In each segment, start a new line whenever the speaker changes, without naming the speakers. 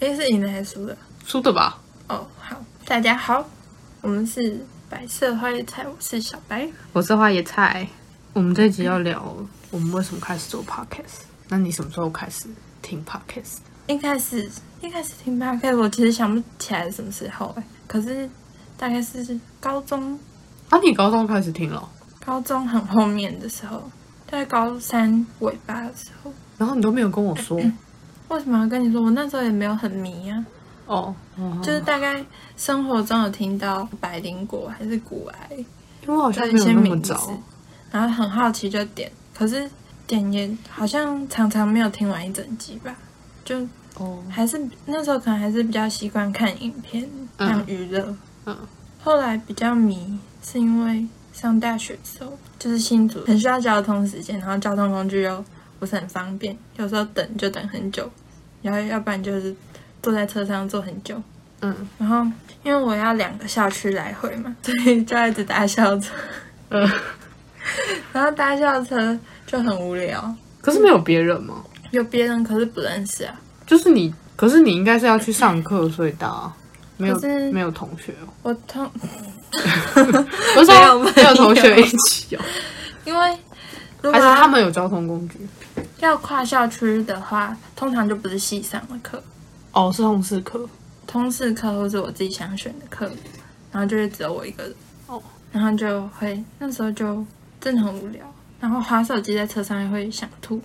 是赢的还是输的？
输的吧？
哦，好，大家好，我们是白色花椰菜，我是小白。
我是花椰菜。我们这集要聊我们为什么开始做 podcast。那你什么时候开始听 podcast？
一开始一开始听 p o d 我其实想不起来是什么时候哎、可是大概是高中
啊，你高中开始听了，
高中很后面的时候，大概高三尾巴的时候。
然后你都没有跟我说。
为什么要跟你说？我那时候也没有很迷啊，
哦，哦
就是大概生活中有听到百灵果还是骨癌，
因为我好像
就
没
一
有
些
那么
名字
早。，
然后很好奇就点，可是点也好像常常没有听完一整集吧，就
哦，
还是那时候可能还是比较习惯看影片
嗯
当娱乐，
嗯
后来比较迷是因为上大学之后，就是新竹很需要交通时间，然后交通工具又不是很方便，有时候等就等很久，然后要不然就是坐在车上坐很久，
嗯
然后因为我要两个校区来回嘛，所以就要一直搭校车，
嗯，
然后搭校车就很无聊，
可是没有别人吗？
有别人可是不认识啊，
就是你，可是你应该是要去上课，所以搭。没有
可是
没有同学哦，
我通
不是说
没有
没有同
没
学
有
一起哦，
因为如
还
果
是
要
他们有交通工具？
要跨校区的话，通常就不是系上的课，
哦，是通识课。
通识课或是我自己想选的课，然后就是只有我一个人。
哦，
然后就会那时候就真的很无聊，然后滑手机在车上也会想吐，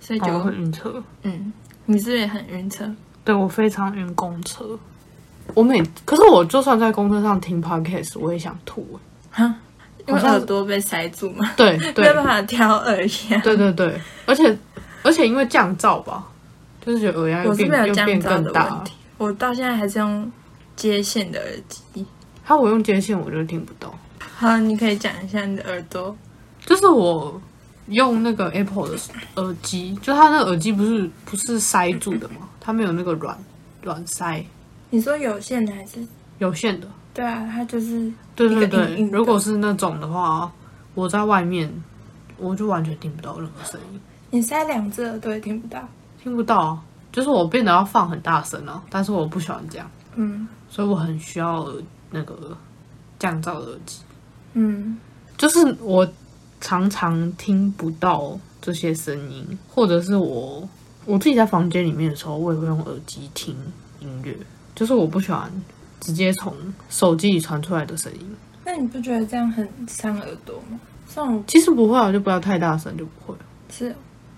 所以就、
哦，很晕车。
嗯，你是不是也很晕车？
对我非常晕公车。我每可是我就算在公车上听 podcast，我也想吐、欸。
哈，因为
好像
耳
是
朵被塞住嘛，
对
没有
对
办法挑耳压。
对对对，而且而且因为降噪吧，就是觉得耳压又
我是
变
没有
又
降
变
噪
更
的
大
问。题，我到现在还是用接线的耳机。
它我用接线我就听不到，
好，你可以讲一下你的耳朵。
就是我用那个 Apple 的耳机，就它那个耳机不是不是塞住的嘛，它没有那个软软塞，
你说有线的还是？
有线的。
对啊，它就是
对对
一个硬
对
硬，的
如果是那种的话，我在外面我就完全听不到任何声音。
你塞两只耳朵也听不到。
听不到啊，就是我变得要放很大声了、但是我不喜欢这样，
嗯
所以我很需要那个降噪的耳机。
嗯，
就是我常常听不到这些声音，或者是我我自己在房间里面的时候，我也会用耳机听音乐，就是我不喜欢直接从手机里传出来的声音。
那你不觉得这样很伤耳朵吗？像我
其实不会啊，就不要太大声，就不会。
是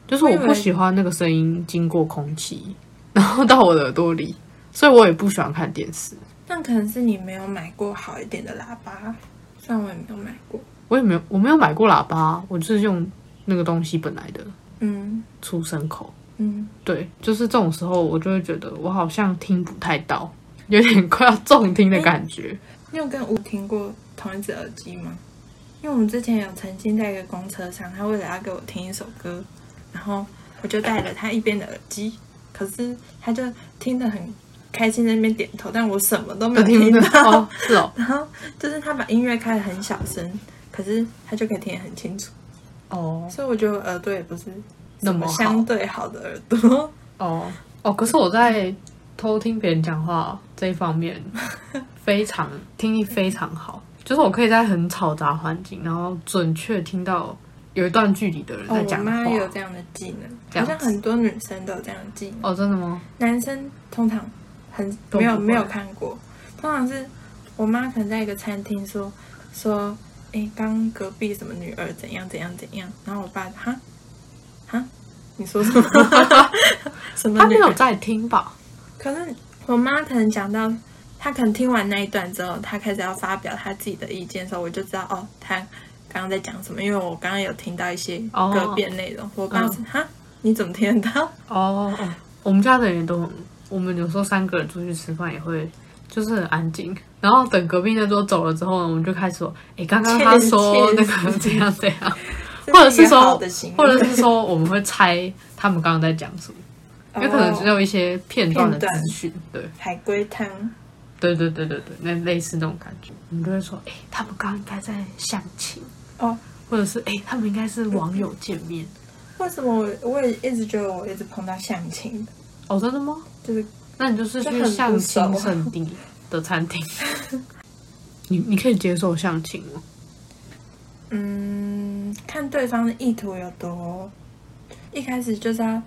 就是我不喜欢那个声音经过空气，然后到我的耳朵里，所以我也不喜欢看电视。
那可能是你没有买过好一点的喇叭，虽然我也没有买过。
我也没有，我没有买过喇叭，我就是用那个东西本来的
嗯
出声口。
嗯，
对，就是这种时候，我就会觉得我好像听不太到，有点快要重听的感觉。
你有跟吴听过同一只耳机吗？因为我们之前有曾经在一个公车上，他为了要给我听一首歌，然后我就戴了他一边的耳机，可是他就听得很开心，在那边点头，但我什么都 没有
听
听
不
到。
哦，是 哦，
然后就是他把音乐开得很小声，可是他就可以听得很清楚，
哦，
所以我觉得我耳朵也不是
那
什么
么
相
好，
对好的耳朵。
哦，哦，可是我在偷听别人讲话这一 方面非常听力非常好，就是我可以在很嘈杂环境，然后准确听到有一段距离的人
哦
在，
我
讲话。
妈有这样的技能，
这
好
样
像很多女生都有这样的技能，
哦，真的吗？
男生通常很
都不
没有
会
没有看过，通常是我妈可能在一个餐厅说说，哎，刚隔壁什么女儿怎样怎样怎样，然后我爸哈哈，你说什么？ 什么
他没
女儿
有？在听吧？
可是我妈可能讲到，她可能听完那一段之后，她开始要发表她自己的意见的时候，我就知道哦，她刚刚在讲什么，因为我刚刚有听到一些
哦
个别内容。我爸
嗯
说：“哈，你怎么听得到
哦，哦，我们家的人都很，我们有时候三个人出去吃饭也会，就是很安静。然后等隔壁那桌走了之后呢，我们就开始说，诶，刚刚他说
切
那
切
个怎样怎样，？”
这
或者
一
是
个好
说
的行，为
或者是说我们会猜他们刚刚在讲什么，因为可能只
哦
有一些片段的
片段
资讯，对，
海龟汤，
对对对对对，那类似那种感觉，我们就会说，诶，他们刚刚应该在相亲，
哦，
或者是诶，他们应该是网友见面，
为什么我我也一直觉得我一直碰到相亲的，
哦，真的吗？
就是
那你就是
这
去
很不
相
熟
亲圣地的餐厅。 你你可以接受相亲吗？
嗯，看对方的意图有多，一开始就是要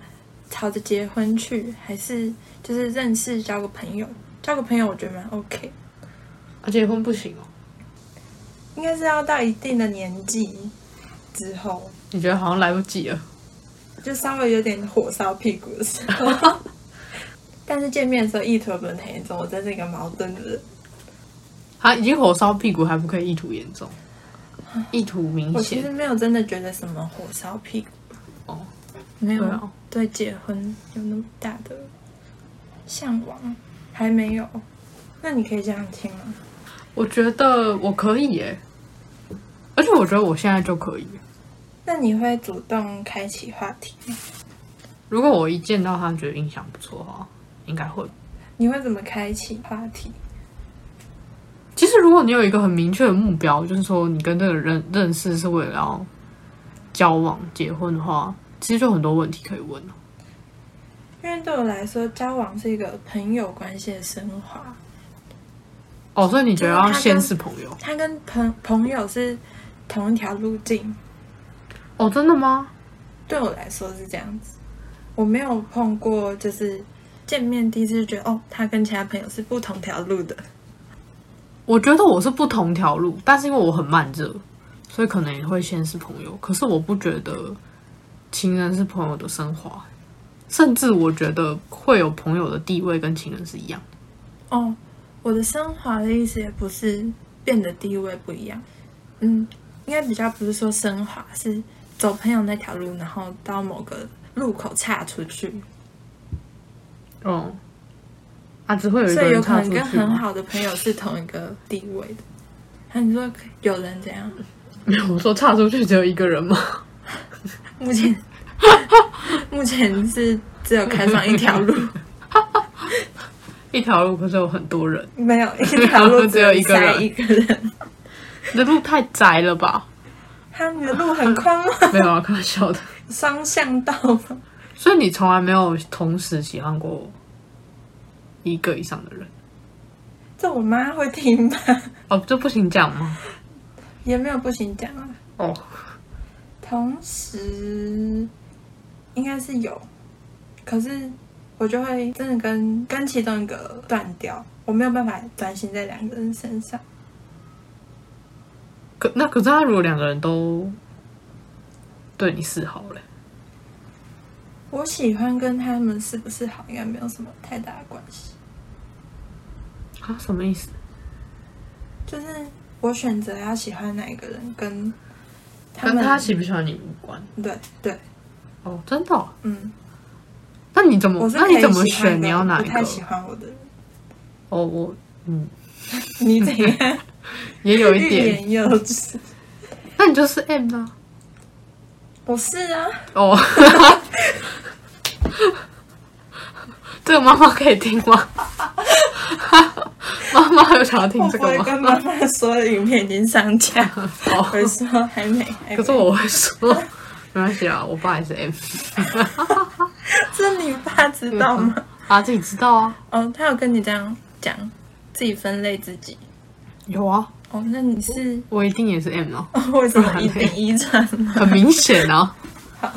朝着结婚去，还是就是认识交个朋友，交个朋友我觉得蛮 OK，
啊，结婚不行哦。
应该是要到一定的年纪之后，
你觉得好像来不及了。
就稍微有点火烧屁股的时候。但是见面的时候意图也不能太严重，我真是一个矛盾的人，
他已经火烧屁股，还不可以意图严重，意图明
我其实
显
没有真的觉得什么火烧屁股，
哦。
没有
对啊，
对结婚有那么大的向往，还没有。那你可以这样听啊吗？
我觉得我可以耶，而且我觉得我现在就可以。
那你会主动开启话题吗？
如果我一见到他觉得印象不错的话，应该会。
你会怎么开启话题？
其实如果你有一个很明确的目标，就是说你跟这个人认识是为了要交往、结婚的话，其实就很多问题可以问了。
因为对我来说，交往是一个朋友关系的升华，
哦，所以你觉得
就是他
要
跟
先是朋友？
它跟朋朋友是同一条路径。
哦，真的吗？
对我来说是这样子，我没有碰过，就是见面第一次就觉得哦，他跟其他朋友是不同条路的。
我觉得我是不同条路，但是因为我很慢热，所以可能也会先是朋友。可是我不觉得情人是朋友的升华，甚至我觉得会有朋友的地位跟情人是一样的。
哦，我的升华的意思也不是变得地位不一样，嗯，应该比较不是说升华，是走朋友那条路，然后到某个路口岔出去，
嗯，啊，只会有一个
所以有
人
可
踏
能
出
跟
去嗯
很
吗。
好的朋友是同一个地位的。那、你说有人怎样？
没有，我说踏出去只有一个人吗？
目 前目前是只有开放一条路，
一条路可是有很多人，
没有一条 路
只有一个
塞
人
一个人，
那路太窄了吧？
他们的路很宽吗？
没有啊，开玩笑的。
双向道吗？
所以你从来没有同时喜欢过一个以上的人
这我妈会听吧？
哦，这不行讲吗？
也没有不行讲啊。
哦，
同时应该是有，可是我就会真的跟跟其中一个断掉，我没有办法专心在两个人身上。
可那可是他如果两个人都对你示好嘞，
我喜欢跟他们是不是好，应该没有什么太大的关系。
啊，什么意思？
就是我选择要喜欢哪一个人，跟他
跟
们
他喜不喜欢你无关
对对，
哦，真的哦、
嗯，
那你怎
我
么？
是
嗯那
可以
你怎么
喜欢
选？
的
你要哪
不
一个
太？喜欢我的人，
哦，我嗯，
你怎样？
也 有一
欲
点。
言又止。
那你就是 M 呢、
我是啊，
哦， 这个妈妈可以听 吗？妈妈有想要听
我
这
不
个
会
吗？
跟妈妈说的影片已经上架。
哦，
我说还没，还没
可是我会说，没关系啊，我爸也是 M，
这你爸知道吗？
他自己知道啊。
哦，他有跟你这样讲，自己分类自己。
有啊，
哦，那你是、
我一定也是 M 啊，
哦、为什么一点一转呢？
很明显啊。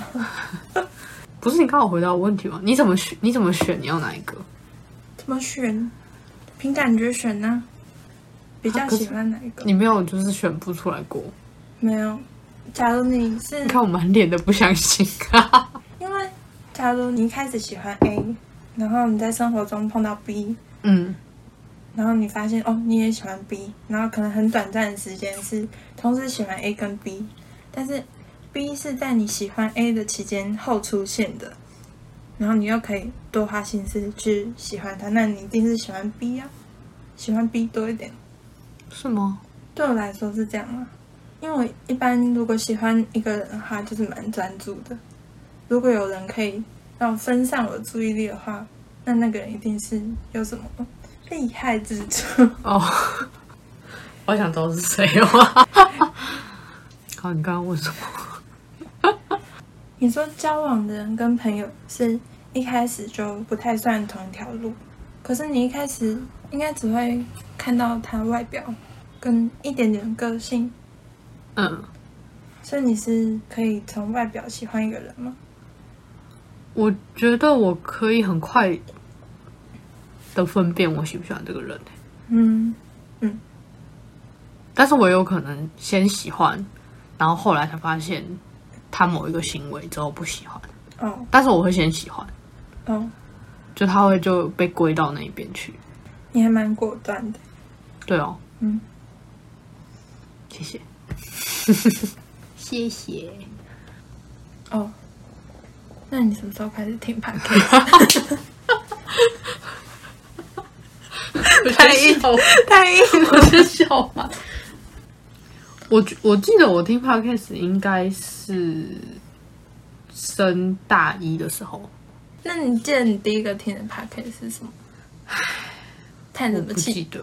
不是你刚好回答我问题吗？你怎么选？你怎么选？你要哪一个？
怎么选？凭感觉选呢、比较喜欢哪一个？
你没有啊就是选不出来过。
没有。假如你是
你看我满脸的不相信，啊
因为，假如你一开始喜欢 A，然后你在生活中碰到 B，
嗯，
然后你发现哦，你也喜欢 B，然后可能很短暂的时间是同时喜欢 A 跟 B，但是 B 是在你喜欢 A 的期间后出现的，然后你又可以多花心思去喜欢他，那你一定是喜欢 B 啊，喜欢 B 多一点。
是吗？
对我来说是这样啊，因为我一般如果喜欢一个人的话，就是蛮专注的。如果有人可以让我分散我的注意力的话，那那个人一定是有什么厉害之处。
哦， 我想知道是谁哦。 好，你刚刚问什么？
你说交往的人跟朋友是一开始就不太算同一条路，可是你一开始应该只会看到他外表跟一点点个性，
嗯，
所以你是可以从外表喜欢一个人吗？
我觉得我可以很快的分辨我喜不喜欢这个人、
嗯，
但是我有可能先喜欢，然后后来才发现他某一个行为之后不喜欢，
哦
但是我会先喜欢，
哦，
就他会就被归到那一边去。
你还蛮果断的。
对哦，
嗯，
谢谢，谢谢。
哦，那你什么时候开始听 podcast？
太硬，
太硬了。
我是笑话。我觉我记得我听 podcast 应该是升大一的时候，
那你记得你第一个听的 podcast 是什么？叹什
我
么
不
气？
记得，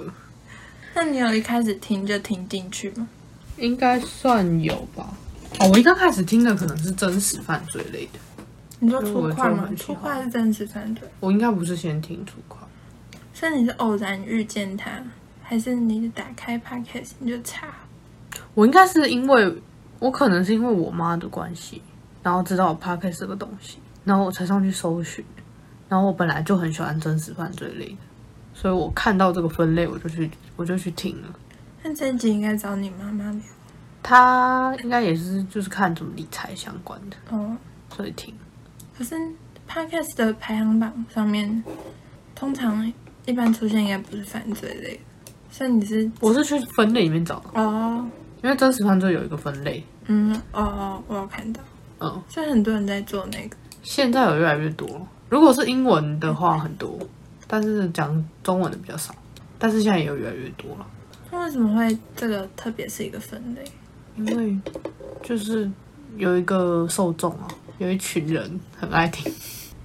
那你有一开始听就听进去吗？
应该算有吧。哦，我一刚开始听的可能是真实犯罪类的，
你说
因为
粗
我
话
就
吗
很？喜
粗
欢
话是真实犯罪，
我应该不是先听粗话，
所以你是偶然遇见他，还是你打开 podcast 你就查？
我应该是因为我可能是因为我妈的关系，然后知道有 podcast 这个东西，然后我才上去搜寻。然后我本来就很喜欢真实犯罪类的，所以我看到这个分类，我就去我就去听了。
那这一集应该找你妈妈聊
他应该也是就是看什么理财相关的，
哦。
所以听。
可是 podcast 的排行榜上面，通常一般出现应该不是犯罪类的，所以你是
我是去分类里面找的，
哦，
因为真实犯罪有一个分类，
嗯，哦哦，我有看到，
嗯，
所以很多人在做那个。
现在有越来越多了。如果是英文的话很多，但是讲中文的比较少，但是现在也有越来越多了。
那为什么会这个特别是一个分类？
因为就是有一个受众啊，有一群人很爱听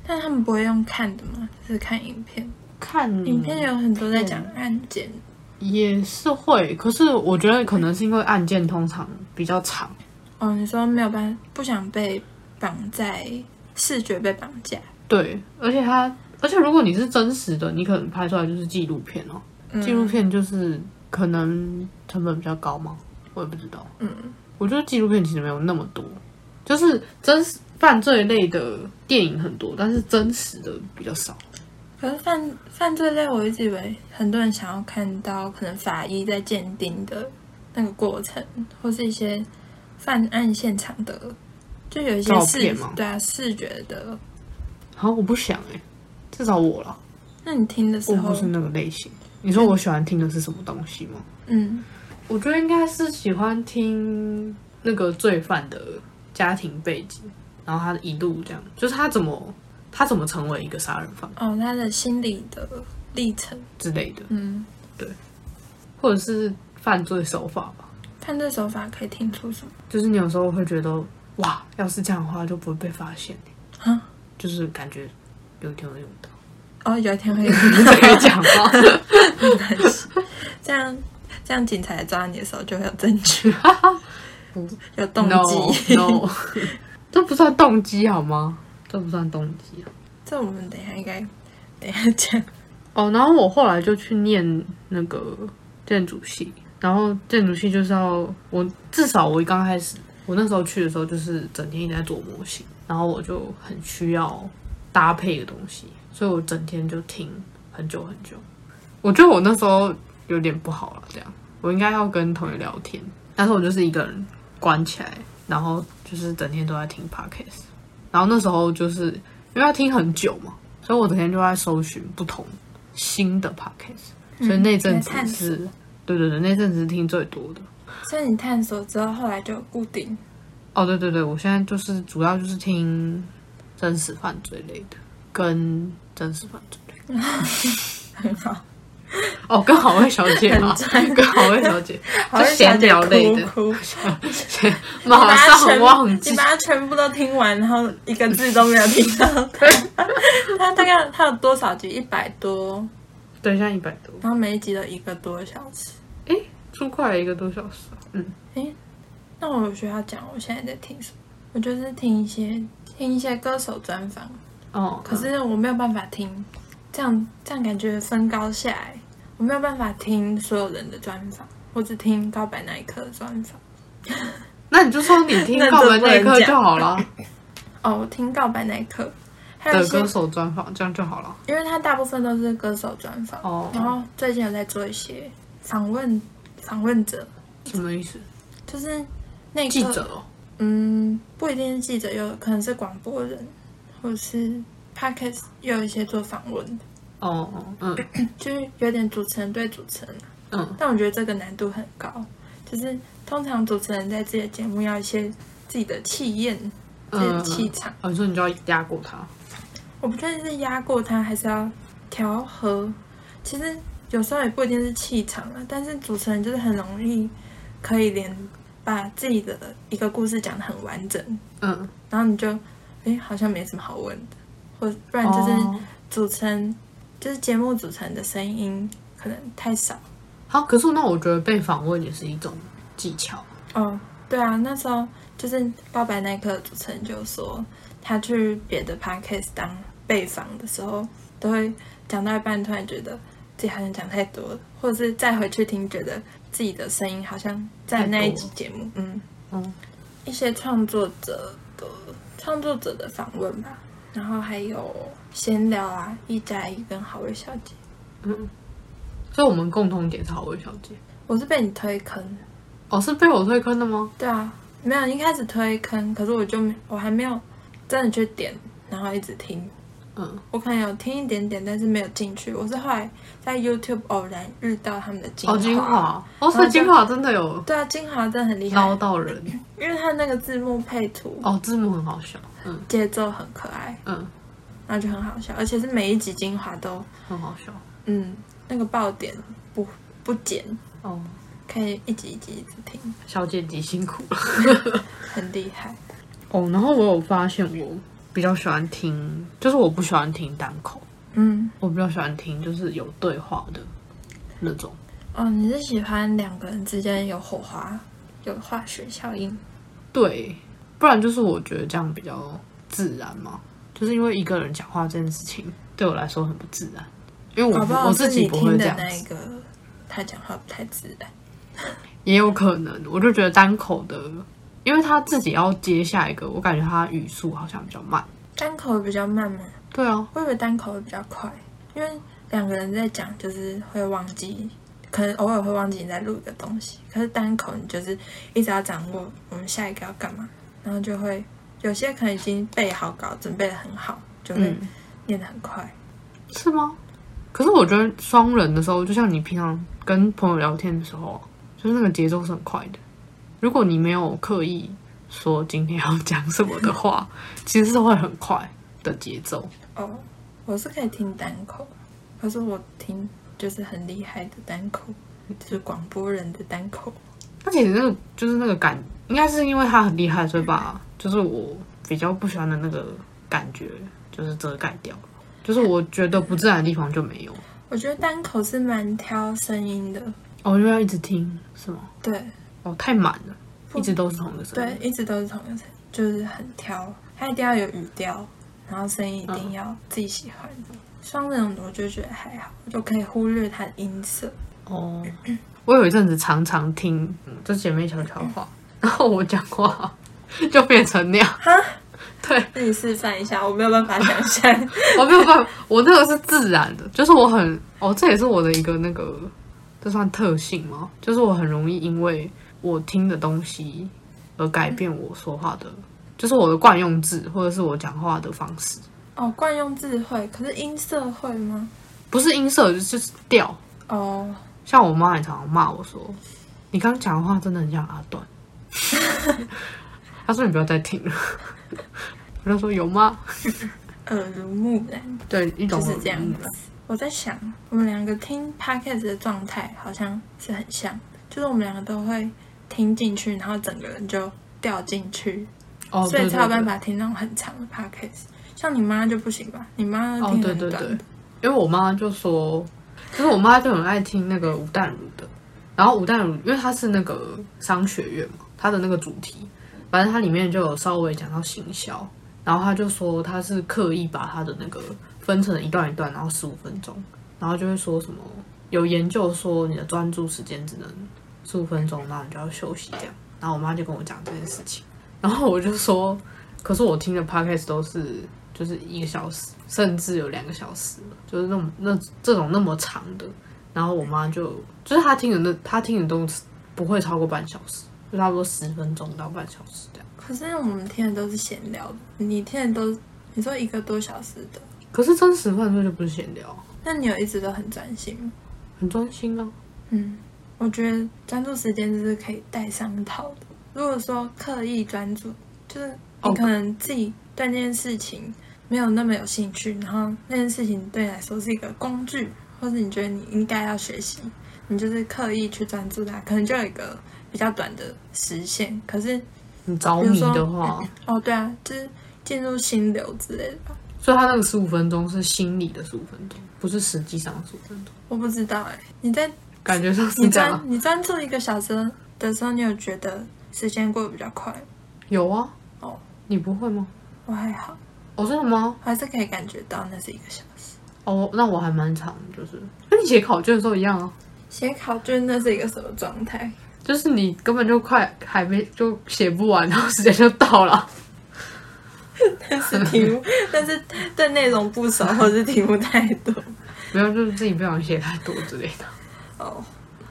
但他们不会用看的吗？就是看影片，
看
影片有很多在讲案件，
也是会，可是我觉得可能是因为案件通常比较长，
哦，你说没有办法，不想被绑在视觉被绑架，
对，而且它而且如果你是真实的，你可能拍出来就是纪录片哦，
嗯
纪录片就是可能成本比较高嘛，我也不知道，
嗯，
我觉得纪录片其实没有那么多，就是真实犯罪类的电影很多，但是真实的比较少。
可是犯犯罪类，我一直以为很多人想要看到可能法医在鉴定的那个过程，或是一些犯案现场的，就有一些
照
视
片吗
对啊视觉的。
好，我不想哎、至少我了。
那你听的时
我
候
不，哦是那个类型。你说我喜欢听的是什么东西吗？
嗯，
嗯我觉得应该是喜欢听那个罪犯的家庭背景，然后他一路这样，就是他怎么他怎么成为一个杀人犯
哦，他的心理的历程，
之类的，
嗯，
或者是犯罪手法吧。
犯罪手法可以听出什么？
就是你有时候会觉得，哇，要是这样的话就不会被发现、
啊
就是感觉有一天会用 到。
哦，有一天会
这可以讲吗？
这样，这样警察来抓你的时候就会有证 据，有动机。
No，, no 这不算动机好吗？这不算动机啊。
这我们等一下应该等一下讲。
哦，然后我后来就去念那个建筑系，然后建筑系就是要我至少我刚开始，我那时候去的时候就是整天一直在做模型，然后我就很需要搭配的东西，所以我整天就听很久很久。我觉得我那时候有点不好了，这样我应该要跟同学聊天，但是我就是一个人关起来，然后就是整天都在听 podcast，然后那时候就是因为要听很久嘛，所以我整天就在搜寻不同新的 podcast，所以那阵子
在探索
是，对对对，那阵子是听最多的。
所以你探索之后，后来就固定。
哦，对对对，我现在就是主要就是听真实犯罪类的，跟真实犯罪类的。
很好，
哦，跟好味小 姐嘛，跟好味小姐，就闲聊类的，
哭哭
马上忘
你
记
把。它全部都听完，然后一个字都没有听 到。它大概它有多少集？一百多，
对，现在一百多，
然后每一集都一个多小时。
诶，出快了一个多小时啊。嗯，
那我有需要讲我现在在听什么？我就是听一些听一些歌手专访，
哦，
可是我没有办法听这样这样感觉分高下来，我没有办法听所有人的专访，我只听告白那一刻的专访。
那你就说你听
那
告白
就不
那一
能
刻
讲
就好了
哦，我听告 白那一刻，还有一
的
些
歌，手专访，这样就好了。
因为他大部分都是歌手专访，
哦
然后最近有在做一些访问访问者，
什么意思？
就是那一刻
记者哦，
嗯，不一定是记者，有可能是广播人，或者是 podcast，也有一些做访问的，
哦，哦嗯
就是有点主持人对主持人啊。
嗯，
但我觉得这个难度很高，就是通常主持人在自己的节目要一些自己的气焰、自己的
嗯
气场。
哦，你说你就要压过他，
我不确定是压过他，还是要调和。其实有时候也不一定是气场啊，但是主持人就是很容易可以连把自己的一个故事讲得很完整，
嗯，
然后你就，哎，好像没什么好问的，或不然就是
哦
主持人，就是节目主持人的声音可能太少。
好。可是那我觉得被访问也是一种技巧。
哦，对啊，那时候就是告白那一刻，主持人就说他去别的 podcast 当被访的时候，都会讲到一半，突然觉得自己好像讲太多了，或者是再回去听，觉得自己的声音好像在那一集节目，嗯，
嗯，
一些创作者的创作者的访问吧，然后还有闲聊啊，一加一跟好味小姐，
嗯所以我们共同点是好味小姐。
我是被你推坑，
哦，是被我推坑的吗？
对啊，没有一开始推坑，可是我就没，我还没有真的去点，然后一直听。
嗯，
我可能有听一点点，但是没有进去。我是后来在 YouTube 偶然遇到他们的精华。
哦，精。华，哦，所以精华真的有
对啊，精华真的很厉
捞
害，
到人。
因为它那个字幕配图、
哦，字幕很好笑。嗯
节奏很可爱，
嗯，
然后就很好笑，而且是每一集精华都，
很好笑。
嗯，那个爆点不不减，
哦，
可以一集一集一直听，
小姐姐辛苦了。
很厉害。
哦，然后我有发现我比较喜欢听，就是我不喜欢听单口，
嗯，
我比较喜欢听就是有对话的那种。
哦，你是喜欢两个人之间有火花，有化学效应？
对，不然就是我觉得这样比较自然嘛，就是因为一个人讲话这件事情对我来说很不自然，因为我
搞不
不
好
我
是
自己
你
不会
听
这
的
样
那一
子，
个，他讲话不太自然。
也有可能，我就觉得单口的，因为他自己要接下一个，我感觉他语速好像比较慢。
单口比较慢嘛，
对啊，
我以为单口比较快，因为两个人在讲就是会忘记，可能偶尔会忘记你在录一个东西。可是单口你就是一直要掌握我们下一个要干嘛，然后就会有些可能已经备好稿，准备的很好，就会
嗯，
念得很快。
是吗？可是我觉得双人的时候，就像你平常跟朋友聊天的时候，就是那个节奏是很快的。如果你没有刻意说今天要讲什么的话， 其实是会很快的节奏。
哦，我是可以听单口，可是我听就是很厉害的单口，就是广播人的单口。
而且那个就是那个感，应该是因为他很厉害，所以把就是我比较不喜欢的那个感觉，就是遮盖掉了。就是我觉得不自然的地方就没有。
我觉得单口是蛮挑声音的，
哦，就要一直听是吗？
对
哦，太满了，一直都是同一个声
对
音。，
一直都是同一个声音，就是很挑，它一定要有语调，然后声音一定要自己喜欢。双人我就觉得还好，我就可以忽略它的音色。
哦，我有一阵子常常听，嗯就姐妹悄悄话，然后我讲话就变成那样。对，
那你示范一下，我没有办法想象。
我没有办法，我那个是自然的，就是我很哦，这也是我的一个那个，这算特性吗？就是我很容易因为我听的东西而改变我说话的，就是我的惯用字或者是我讲话的方式，
哦，惯用智慧，可是音色会吗？
不是音色就是调。
哦，
像我妈也常常骂我说：“你刚讲的话真的很像阿段。”她说：“你不要再听了。”我就说：“有吗
耳濡目染。？”
对，一种
就是这样子。我在想，我们两个听 podcast 的状态好像是很像，就是我们两个都会听进去，然后整个人就掉进去，
哦，
所以才有办
法。
法听那种很长的 podcast。像你妈就不行吧？你妈
哦，
听
对
很
对
短的，
对，因为我妈就说，就是我妈就很爱听那个吴淡如的，然后吴淡如因为她是那个商学院嘛，她的那个主题，反正它里面就有稍微讲到行销，然后她就说她是刻意把她的那个分成一段一段，然后十五分钟，然后就会说什么有研究说你的专注时间只能十五分钟，然后你就要休息这样。然后我妈就跟我讲这件事情， 然后我就说，可是我听的 podcast 都是就是一个小时，甚至有两个小时了，就是那种那这种那么长的。然后我妈就就是她听的那她听的都不会超过半小时，就差不多十分钟到半小时这样。
可是我们听的都是闲聊的，你听的都你说一个多小时的，
可是真实犯罪就不是闲聊，
那你有一直都很专心吗？
很专心啊。
嗯，我觉得专注时间就是可以带上套的。如果说刻意专注，就是你
哦
可能自己对那件事情没有那么有兴趣，然后那件事情对你来说是一个工具，或是你觉得你应该要学习，你就是刻意去专注它，可能就有一个比较短的时限。可是
你着迷的话，
哦，对啊，就是进入心流之类的吧，
所以他那个十五分钟是心理的十五分钟，不是实际上十五分钟，
我不知道哎、你在
感觉上是
你
这样
专
啊。
你专注一个小时的时候，你有觉得时间过得比较快吗？
有啊，
哦，
你不会吗？
我还好。
哦，真的吗？
还是可以感觉到那是一个小时。
哦，那我还蛮长的，就是跟你写考卷的时候一样啊，
写考卷那是一个什么状 态？
就是你根本就快还没就写不完，然后时间就到了。
但是题目，但是对内容不熟，或是题目太多
没有，就是自己不想写太多之类的。
哦。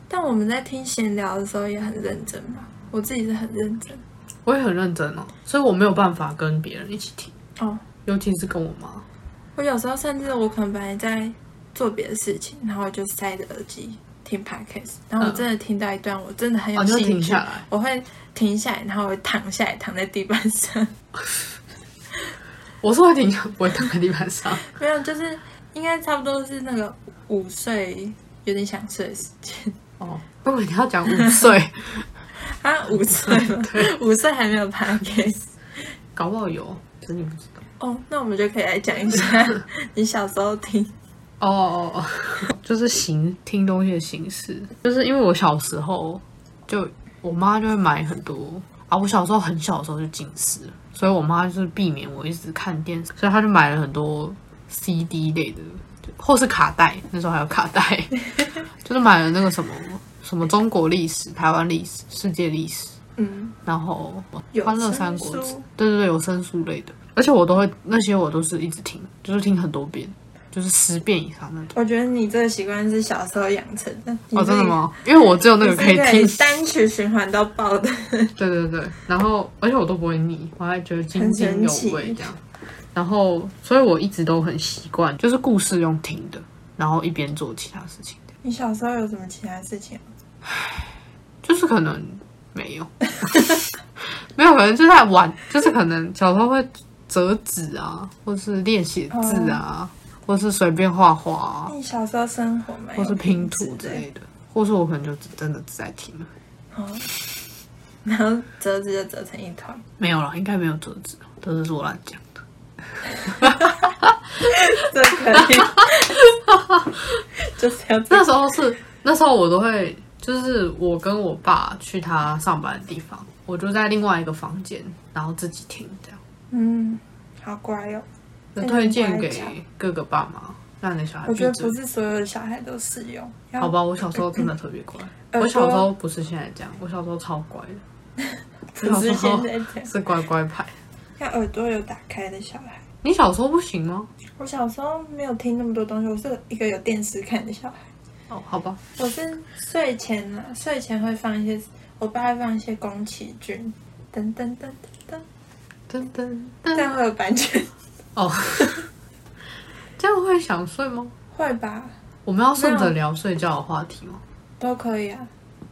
但我们在听闲聊的时候也很认真嘛，我自己是很认真
我也很认真哦，所以我没有办法跟别人一起听，
哦。
尤其是跟我妈。
我有时候甚至我可能本来在做别的事情，然后我就塞着耳机听 podcast，然后我
嗯
真的听到一段，我真的很有
哦，就
兴
停
趣，
下来。
我会停下来，然后我会躺下来，躺在地板上。
我是会停下，不会躺在地板上。
没有，就是应该差不多是那个午睡，有点想睡的时间。
哦，不过你要讲五岁，
啊，午睡吗？午睡还没有 p o d c a s
搞不好有，只是你不知道。
哦，那我们就可以来讲一下 你小时候听
哦哦哦，就是形听东西的形式，就是因为我小时候就我妈就会买很多啊，我小时候很小的时候就近视了，所以我妈就是避免我一直看电视，所以她就买了很多 CD 类的，就或是卡带，那时候还有卡带，就是买了那个什么什么中国历史、台湾历史、世界历史，
嗯
然后
有
欢乐
声
三国志
书，
对对对，有声书类的，而且我都会那些我都是一直听，就是听很多遍，就是十遍以上那种。
我觉得你这个习惯是小时候养成的。
哦，真的？吗？因为我只有那
你
个
是
可以听，
单曲循环到爆的。
对对对，然后而且我都不会腻，我还觉得津津
很神
有
奇
味这样。然后，所以我一直都很习惯，就是故事用听的，然后一边做其他事情，
你小时候有什么其他事情吗？
就是可能没有， 没有，可能就在玩，就是可能小时候会折纸啊，或是练写字啊，或是随便画画啊，
你小时候生活吗？
或是拼图之
之类
类的，或是我可能就只真的只在听了。
的。哦，然后折纸就折成一团。
没有啦，应该没有折纸，折纸是我乱讲的。
这可 以， 就是要这
那时候是那时候我都会，就是我跟我爸去他上班的地方，我就在另外一个房间，然后自己听这样。
嗯，好乖哦。
那
那
推
你
荐
乖巧
给各个爸妈，让你的小孩
我觉得
闭嘴
不是所有的小孩都适用。要
好，吧，我小时候真的特别乖。
耳朵
我小时候不是现在这样，我小时候超乖的，
不是现在 这样，
是乖乖牌。
要耳朵有打开的小孩。
你小时候不行吗？
我小时候没有听那么多东西，我是一个有电视看的小孩。
哦，好吧，
我是睡前啊，睡前会放一些，我爸会放一些宫崎骏，噔噔噔噔噔，
噔噔
这
噔，
样会有版权，
哦， 这样会想睡吗？
会吧？
我们要顺
没
着
有
聊睡觉的话题吗？
都可以啊。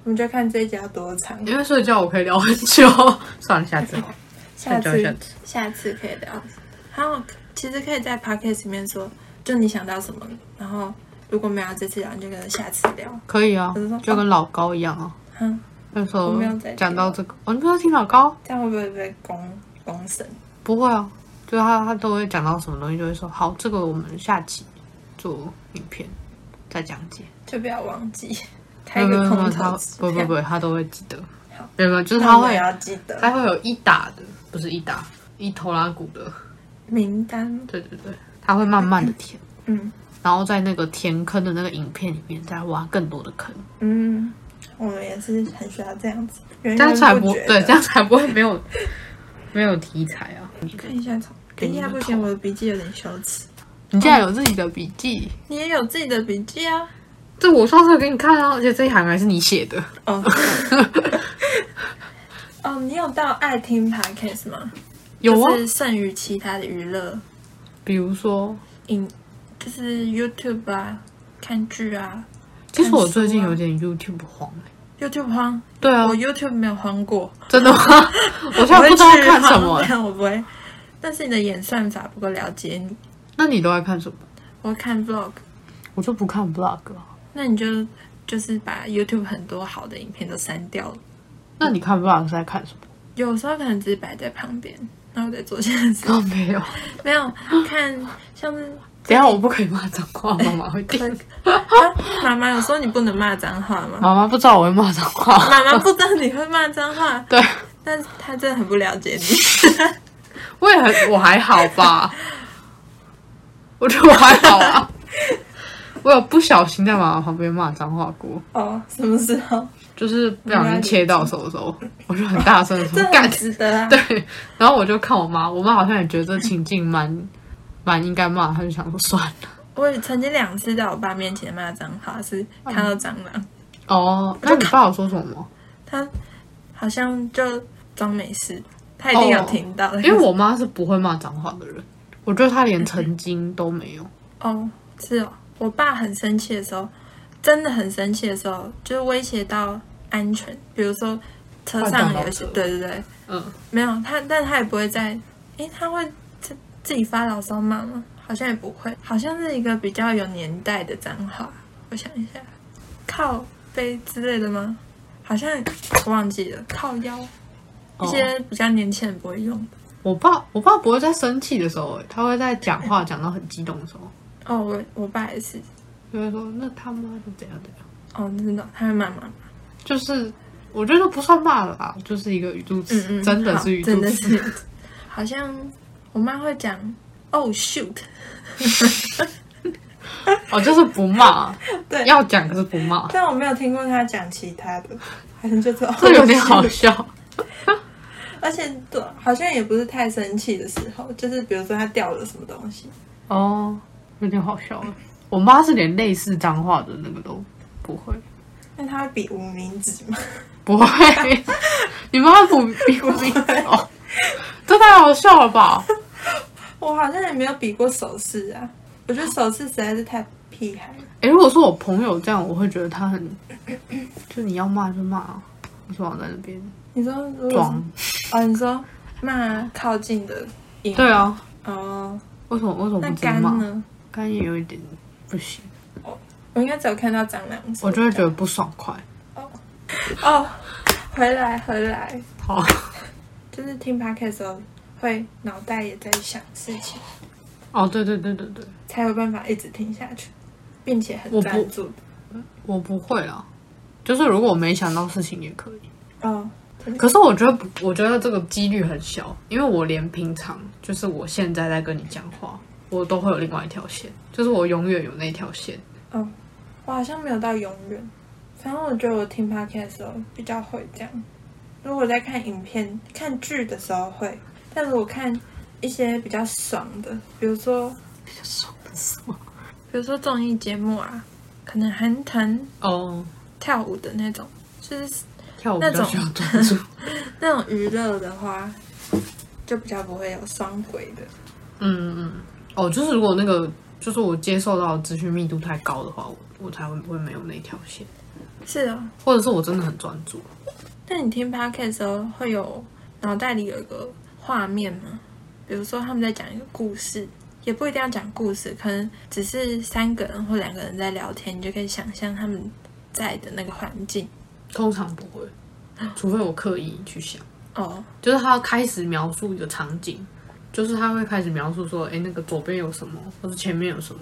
我们就看这一集要多长，
因为睡觉我可以聊很久， 算了，下次好了。
下
睡觉下
次
次
下次可以聊。还有，其实可以在 podcast 里面说，就你想到什么，然后如果没有这次聊，你就跟下次聊。
可以啊
可是说，
就跟老高一样啊。
嗯，
那时
我
候
没有在听
讲到这个，哦，你不要听老高？
这样会不会被公公审？
不会啊，就是他他都会讲到什么东西，就会说好，这个我们下集做影片再讲解。
就不要忘记
没
开
有
一
没有
个
没有，
空
嗯他
头
不不不，他都会记得。没有没有，就是
那
他
我也
会
要记
他
得
会有一打的，不是一打一头拉骨的。
名单。
对对对，它会慢慢的填，
嗯
然后在那个填坑的那个影片里面再挖更多的坑，
嗯，我们也是很需要这样子，源
这样
源
才不
不绝
对，
的
这样才不会没有 没有题材啊。你
看一下草，
给
等一
你
下
个
不
头
行，我的笔记有点羞耻。
你竟然有自己的笔记，
你也有自己的笔记啊？
这我上次有给你看啊，而且这一行还是你写的。
哦，哦，你有到爱听 podcast 吗？
有啊
就，是剩余其他的娱乐
比如说，
影，就是 YouTube 啊，看剧啊
其实我最近
看书啊
有点 YouTube 慌、欸。
，YouTube 慌，
对啊
我，YouTube 没有慌过，
真的吗？ 我现在不知道
我会去
看什
慌
么、欸。
但 我不会。但是你的演算法不够了解你，
那你都在看什么？
我看 vlog，
我就不看 vlog 啊。
那你就就是把 YouTube 很多好的影片都删掉了。
那你看 vlog 是在看什 么？
有时候可能只是摆在旁边，然后再坐下的时候
哦，没有。
没有看，像是
等一下我不可以骂脏话，妈妈会听。
啊妈妈有时候你不能骂脏话吗？
妈妈不知道我会骂脏话。
妈妈不知道你会骂脏话，
对，
但她真的很不了解你。
我也很，我还好吧。我觉得我还好啊。我有不小心在妈妈旁边骂脏话过，
哦，什么时候？
就是不小心切到手的时候，我就很大声的 说
这
“干
很值得啊！
对，然后我就看我妈，我妈好像也觉得这情境蛮蛮应该骂，她就想说算了。
我也曾经两次在我爸面前骂脏话，是看到
嗯
蟑螂，
哦，那你爸有说什么吗？
他好像就装没事，他一定有听到，
哦 因为我妈是不会骂脏话的人，我觉得她连曾经都没 有。
哦，是哦，我爸很生气的时候，真的很生气的时候，就是威胁到安全，比如说车上有一些，
换挡到车
对对对，
嗯，
没有他，但他也不会在，诶，他会自自己发牢骚骂吗？好像也不会，好像是一个比较有年代的脏话，我想一下，靠背之类的吗？好像我忘记了，靠腰，一些比较年轻人不会用的。
我爸，我爸不会在生气的时候，欸他会在讲话讲到很激动的时候，
哦，我我爸也是，
就会说那他妈的怎样怎样，
哦，真的，他会骂妈妈。
就是我觉得不算骂了吧，就是一个语助词，
嗯嗯，
真的
好
是语
真
助
的
词。
是， 好像我妈会讲 “oh shoot”，
哦，就是不骂，
对
要讲可是不 骂，
但我没有听过她讲其他的，好像就是 “oh
这有点好笑。
而且对，好像也不是太生气的时候，就是比如说她掉了什么东西，
哦，有点好笑了。我妈是连类似脏话的那个都不会，
那她会比无名指吗？
不会。你妈不比我比哦，这太好笑了吧？
我好像也没有比过手势啊，我觉得手势实在是太屁孩了。
哎、如果说我朋友这样，我会觉得他很，就你要骂就骂，为什么要在那边
你说如果
装？
是哦，你说骂靠近的音，
对啊，
哦，
为什么为什么
那
不直接
干
骂？
呢？
干也有一点不行，
我应该只有看到蟑螂，
我就会觉得不爽快。
哦，回来回来。
好，
就是听 podcast 的时候，会脑袋也在想事情，
哦，对对对对对，
才有办法一直听下去，并且很
我不
专注。
我不会啦，就是如果我没想到事情也可以。
哦，
可是我觉得不，我觉得这个几率很小，因为我连平常就是我现在在跟你讲话，我都会有另外一条线，就是我永远有那条线。
我好像没有到永远，反正我觉得我听 podcast 的时候比较会这样。如果我在看影片、看剧的时候会，但如果看一些比较爽的，比如说比如说综艺节目啊，可能韩团
哦，
跳舞的那种，就是
跳舞比
那
较
种
需要专注。
那种娱乐的话，就比较不会有双轨的。
嗯嗯，哦，就是如果那个就是我接受到的资讯密度太高的话，我我才会会没有那条线，
是啊、
或者是我真的很专注。
那你听 podcast 的时候，会有脑袋里有一个画面吗？比如说他们在讲一个故事，也不一定要讲故事，可能只是三个人或两个人在聊天，你就可以想象他们在的那个环境。
通常不会，除非我刻意去想。
哦，
就是他开始描述一个场景，就是他会开始描述说，哎，那个左边有什么，或者前面有什么。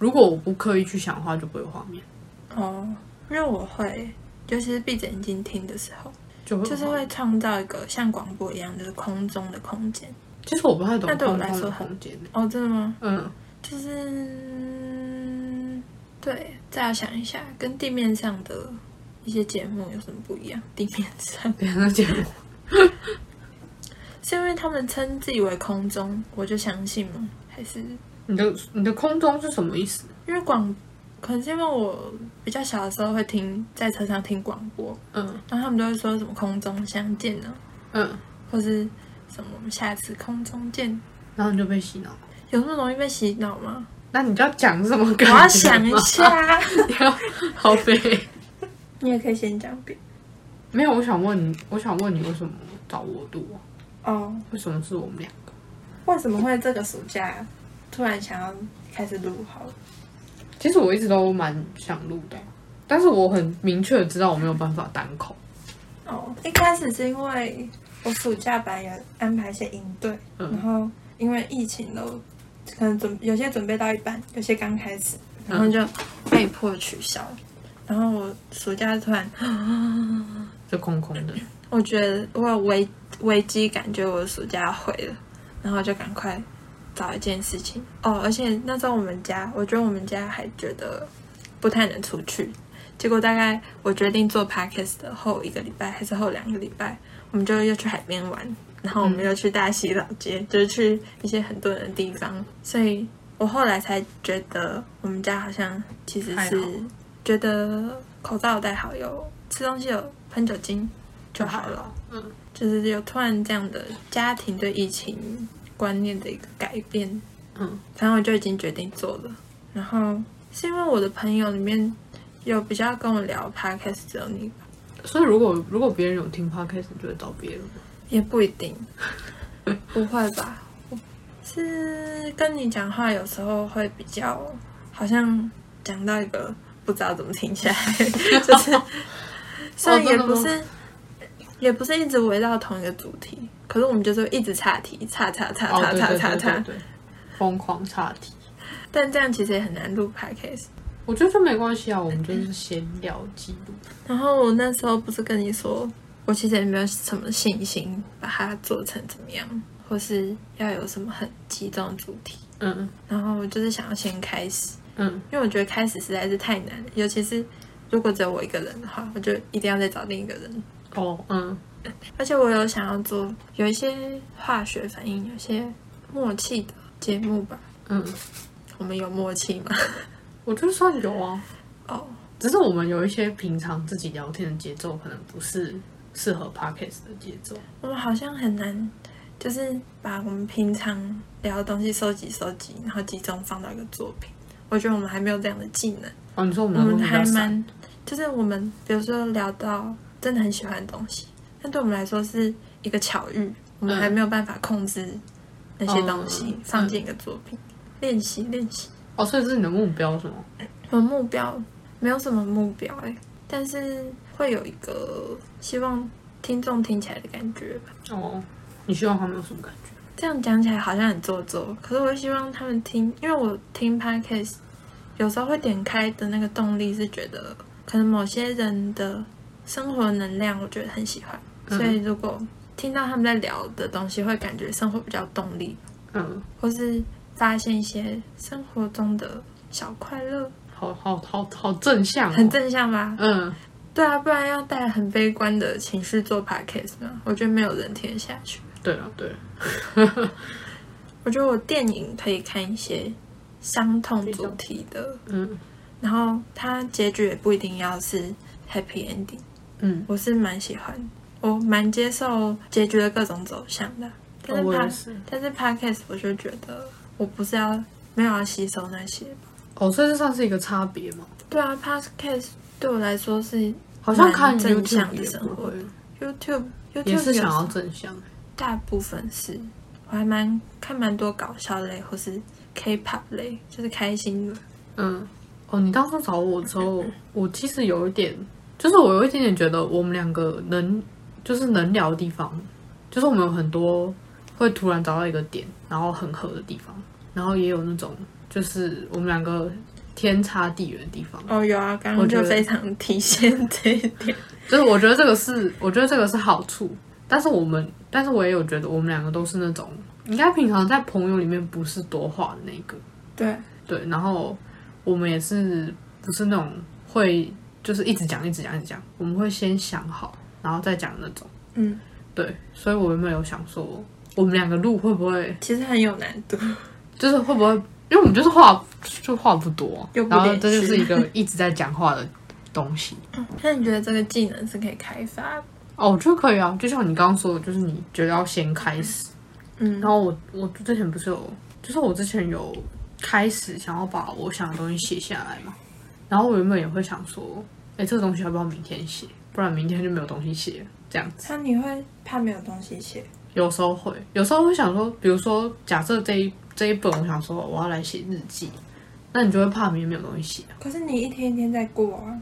如果我不刻意去想的话，就不会有画面，
哦，因为我会，就是闭着眼睛听的时候，
就会有
就是
画面
会创造一个像广播一样，就是空中的空间。
其实我不太懂
那对我
空
来
空
说
的
很
空间欸，
哦，真的吗？
嗯，
就是对，再要想一下，跟地面上的一些节目有什么不一样？地面上
别人的节目，
是因为他们称自己为空中，我就相信吗？还是
你的你的空中是什么意思？
因为广，可能是因为我比较小的时候会听在车上听广播，
嗯
然后他们都会说什么空中相见呢、
嗯，
或是什么我们下次空中见，
然后你就被洗脑。
有那么容易被洗脑吗？
那你就要讲什么感
我
觉？
要想一，下，
你要 好悲。
你也可以先讲别
没有，我想问你，我想问你为什么找我录啊？
哦。
为什么是我们两个？
为什么会这个暑假突然想要开始录好了？
其实我一直都蛮想录的，但是我很明确的知道我没有办法单口。
哦，一开始是因为我暑假本来有安排一些营队，
嗯
然后因为疫情都可能准有些准备到一半，有些刚开始，然后就被迫取消。然后我暑假突然，
就空空的，
我觉得我有危危机感，觉得我的暑假要毁了，然后就赶快找一件事情哦。而且那时候我们家，我觉得我们家还觉得不太能出去，结果大概我决定做 podcast 的后一个礼拜还是后两个礼拜，我们就又去海边玩，然后我
嗯
们又去大溪老街，就是去一些很多人的地方，所以我后来才觉得我们家好像其实
还
是
好
觉得口罩有戴好，有吃东西有喷酒精就好了。
嗯，
就是有突然这样的家庭对疫情观念的一个改变，
嗯，
反正我就已经决定做了。然后是因为我的朋友里面有比较跟我聊 podcast 只有你，
所以如果如果别人有听 podcast，你就会找 别人吗。
也不一 定，不会吧？是跟你讲话有时候会比较，好像讲到一个不知道怎么停 下来，就是虽
哦
然也不
真
是。也不是一直围绕同一个主题，可是我们就是一直岔题，岔岔岔
哦，
岔
对
岔
对
岔
对对
岔。
对，疯狂岔题。
但这样其实也很难录 podcast。
我觉得就没关系啊，我们就是闲聊记录。
然后我那时候不是跟你说，我其实也没有什么信心把它做成怎么样，或是要有什么很集中的主题。
嗯
然后我就是想要先开始，
嗯，
因为我觉得开始实在是太难了，尤其是如果只有我一个人的话，我就一定要再找另一个人。
哦，嗯
而且我有想要做有一些化学反应，有些默契的节目吧。
嗯，
我们有默契吗？
我觉得算有啊，
哦，
只是我们有一些平常自己聊天的节奏，可能不是适合 podcast 的节奏。
我们好像很难，就是把我们平常聊的东西收集收集，然后集中放到一个作品。我觉得我们还没有这样的技能，
哦，你说我
我
们会
们
比较
还
散，
蛮，就是我们比如说聊到真的很喜欢的东西，但对我们来说是一个巧遇，我们
嗯
还没有办法控制那些东西、
嗯
放进一个作品，练习练习。
哦，所以是你的目标是什么？
我的目标没有什么目标哎、但是会有一个希望听众听起来的感觉吧。
哦，你希望他们有什么感觉？
这样讲起来好像很做作，可是我希望他们听，因为我听 podcast 有时候会点开的那个动力是觉得，可能某些人的生活能量，我觉得很喜欢，
嗯
所以如果听到他们在聊的东西，会感觉生活比较有动力，
嗯，
或是发现一些生活中的小快乐，
好好好好正向、哦，
很。正向吧？
嗯，
对啊，不然要带很悲观的情绪做 podcast 嘛，我觉得没有人听得下去。
对了对啊了，
我觉得我电影可以看一些伤痛主题的，
嗯
然后它结局也不一定要是 happy ending，
嗯，
我是蛮喜欢，我蛮接受结局的各种走向的。但
哦
是
我也
p
是。
但是 podcast 我就觉得我不是要没有要吸收那些吧，
哦，所以这算是一个差别嘛？
对啊，podcast 对我来说是
好像看
蛮正向的
YouTube 也
生
不
活
会，
YouTube YouTube
也是
有
想要正向。
大部分是，我还蛮看蛮多搞笑类或是 K-pop 类，就是开心的。
嗯，哦，你当初找我之后，我其实有一点，就是我有一点点觉得我们两个能，就是能聊的地方，就是我们有很多会突然找到一个点，然后很合的地方，然后也有那种就是我们两个天差地远的地方，
哦，有啊，刚
我
刚
觉
就
得
非常体现这一点。
就是我觉得这个是，我觉得这个是好处，但是我们，但是我也有觉得我们两个都是那种，应该平常在朋友里面不是多话的那个，
对，
对，然后我们也是不是那种会就是一直讲一直讲一直讲，我们会先想好，然后再讲那种。
嗯，
对，所以我原本有想说，我们两个录会不会
其实很有难度。
就是会不会，因为我们就是话就话不多，
又不
然后
连
这就
续
是一个一直在讲话的东西。
那你觉得这个技能是可以开发？
哦，我觉得可以啊，就像你刚刚说的，就是你觉得要先开始。
嗯
然后我我之前不是有，就是我之前有开始想要把我想的东西写下来嘛，然后我原本也会想说，哎，这个东西要不要明天写？不然明天就没有东西写，这样子。
那你会怕没有东西写？
有时候会，有时候会想说，比如说，假设这一这一本，我想说我要来写日记，那你就会怕明天没有东西写。
可是你一天一天在过啊。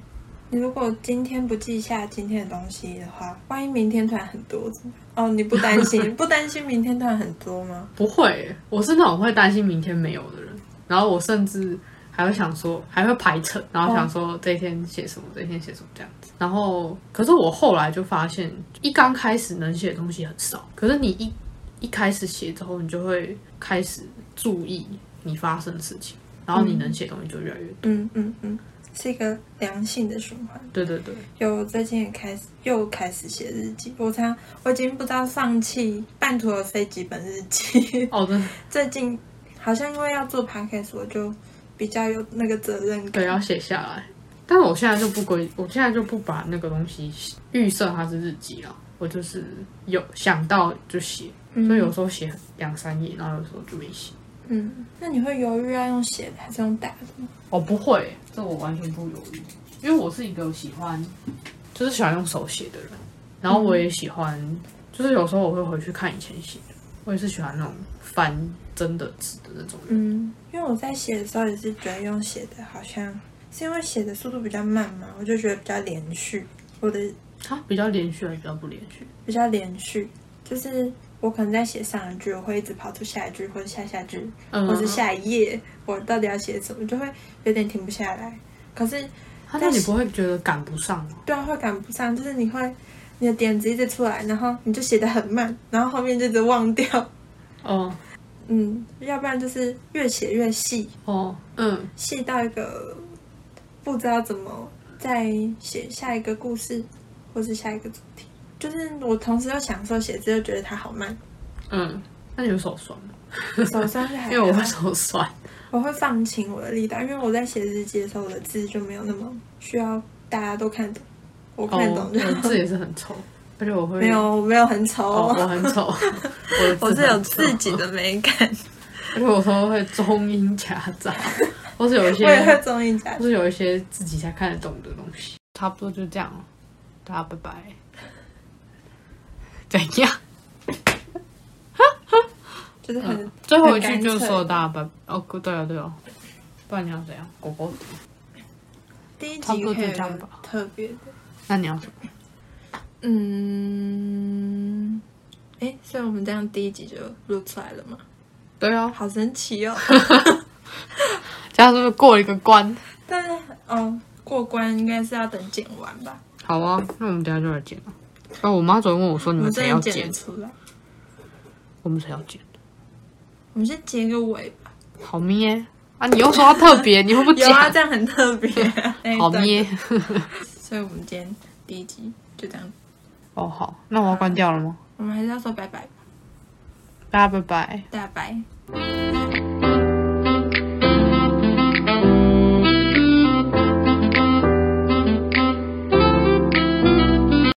你如果今天不记下今天的东西的话，万一明天突然很多怎么办？哦，你不担心？ 不担心明天突然很多吗？
不会，我是那种会担心明天没有的人，然后我甚至还会想说，还会排程，然后想说这一天写什么，这一天写什么这样子。然后，可是我后来就发现，一刚开始能写的东西很少，可是你一一开始写之后，你就会开始注意你发生的事情，然后你能写的东西就越来越多。
嗯嗯嗯，是一个良性的循环。
对对对，
有最近也开始又开始写日记，我常我已经不知道放弃半途而废几本日记。
哦，真的，
最近好像因为要做 podcast，我就比较有那个责任
对，
感。
要写下来。但我现在就不规，我现在就不把那个东西预设它是日记了，我就是有想到就写。
嗯
所以有时候写两三页，然后有时候就没写。
嗯，那你会犹豫要用写的还是用打的吗？
我、哦不会，这我完全不犹豫，因为我是一个喜欢，就是喜欢用手写的人。然后我也喜欢，就是有时候我会回去看以前写的，我也是喜欢那种翻真的纸的那种人。
嗯，因为我在写的时候也是觉得用写的好像是因为写的速度比较慢嘛，我就觉得比较连续，我的
它比较连续，还比较不连续。
比较连续，就是我可能在写上一句，我会一直跑出下一句或者下下句，
嗯
或是下一页，我到底要写什么，就会有点停不下来。可是，
它那你不会觉得赶不上吗？
对啊，会赶不上，就是你会你的点子一直出来，然后你就写的很慢，然后后面就一直忘掉。
哦
嗯，要不然就是越写越细，
哦嗯，
细到一个不知道怎么再写下一个故事，或是下一个主题。就是我同时又享受写字，又觉得它好慢，
嗯，那你有手酸吗？
手酸是还
因
好
为我会手酸。
我会放轻我的力道，因为我在写日记的时候，我的字就没有那么需要大家都看懂，我看
哦
懂，就好。
我字也是很 丑，而且我会
没有，我没有很丑哦，
哦，我很 丑，我的字
我是有
很丑
自己的美感，
哦而且有时候会中英夹 杂，或是有一
我
些，
也会综 艺家
或。是有一些自己才看得懂的东西。差不多就这样了，大家拜拜。怎样？
就是很
最后一句就是说大家拜。哦，对了对了，不然你要怎样？狗狗？
第一集
差不多就
会有
这样吧
特别的，
那你要什么？
嗯，哎，所以我们这样第一集就录出来了嘛，
对啊，
好神奇 哦！
这样是不是过了一个关？
但是哦，过关应该是要等剪完吧，
好啊，那我们等一下就来剪了。哦，我妈昨天问我说：“你
我们
们谁
真
要
的剪
剪
得？出来，
我们谁要剪
我们先结个尾吧。？”
好咩啊！你又说要特别，你会不
有
剪？
啊，这样很特别、那一
好
段
咩？
所以我们今天第一集就这样，
哦，好，那我要关掉了吗？
我们还是要说拜拜吧，
大家拜拜。
大家拜。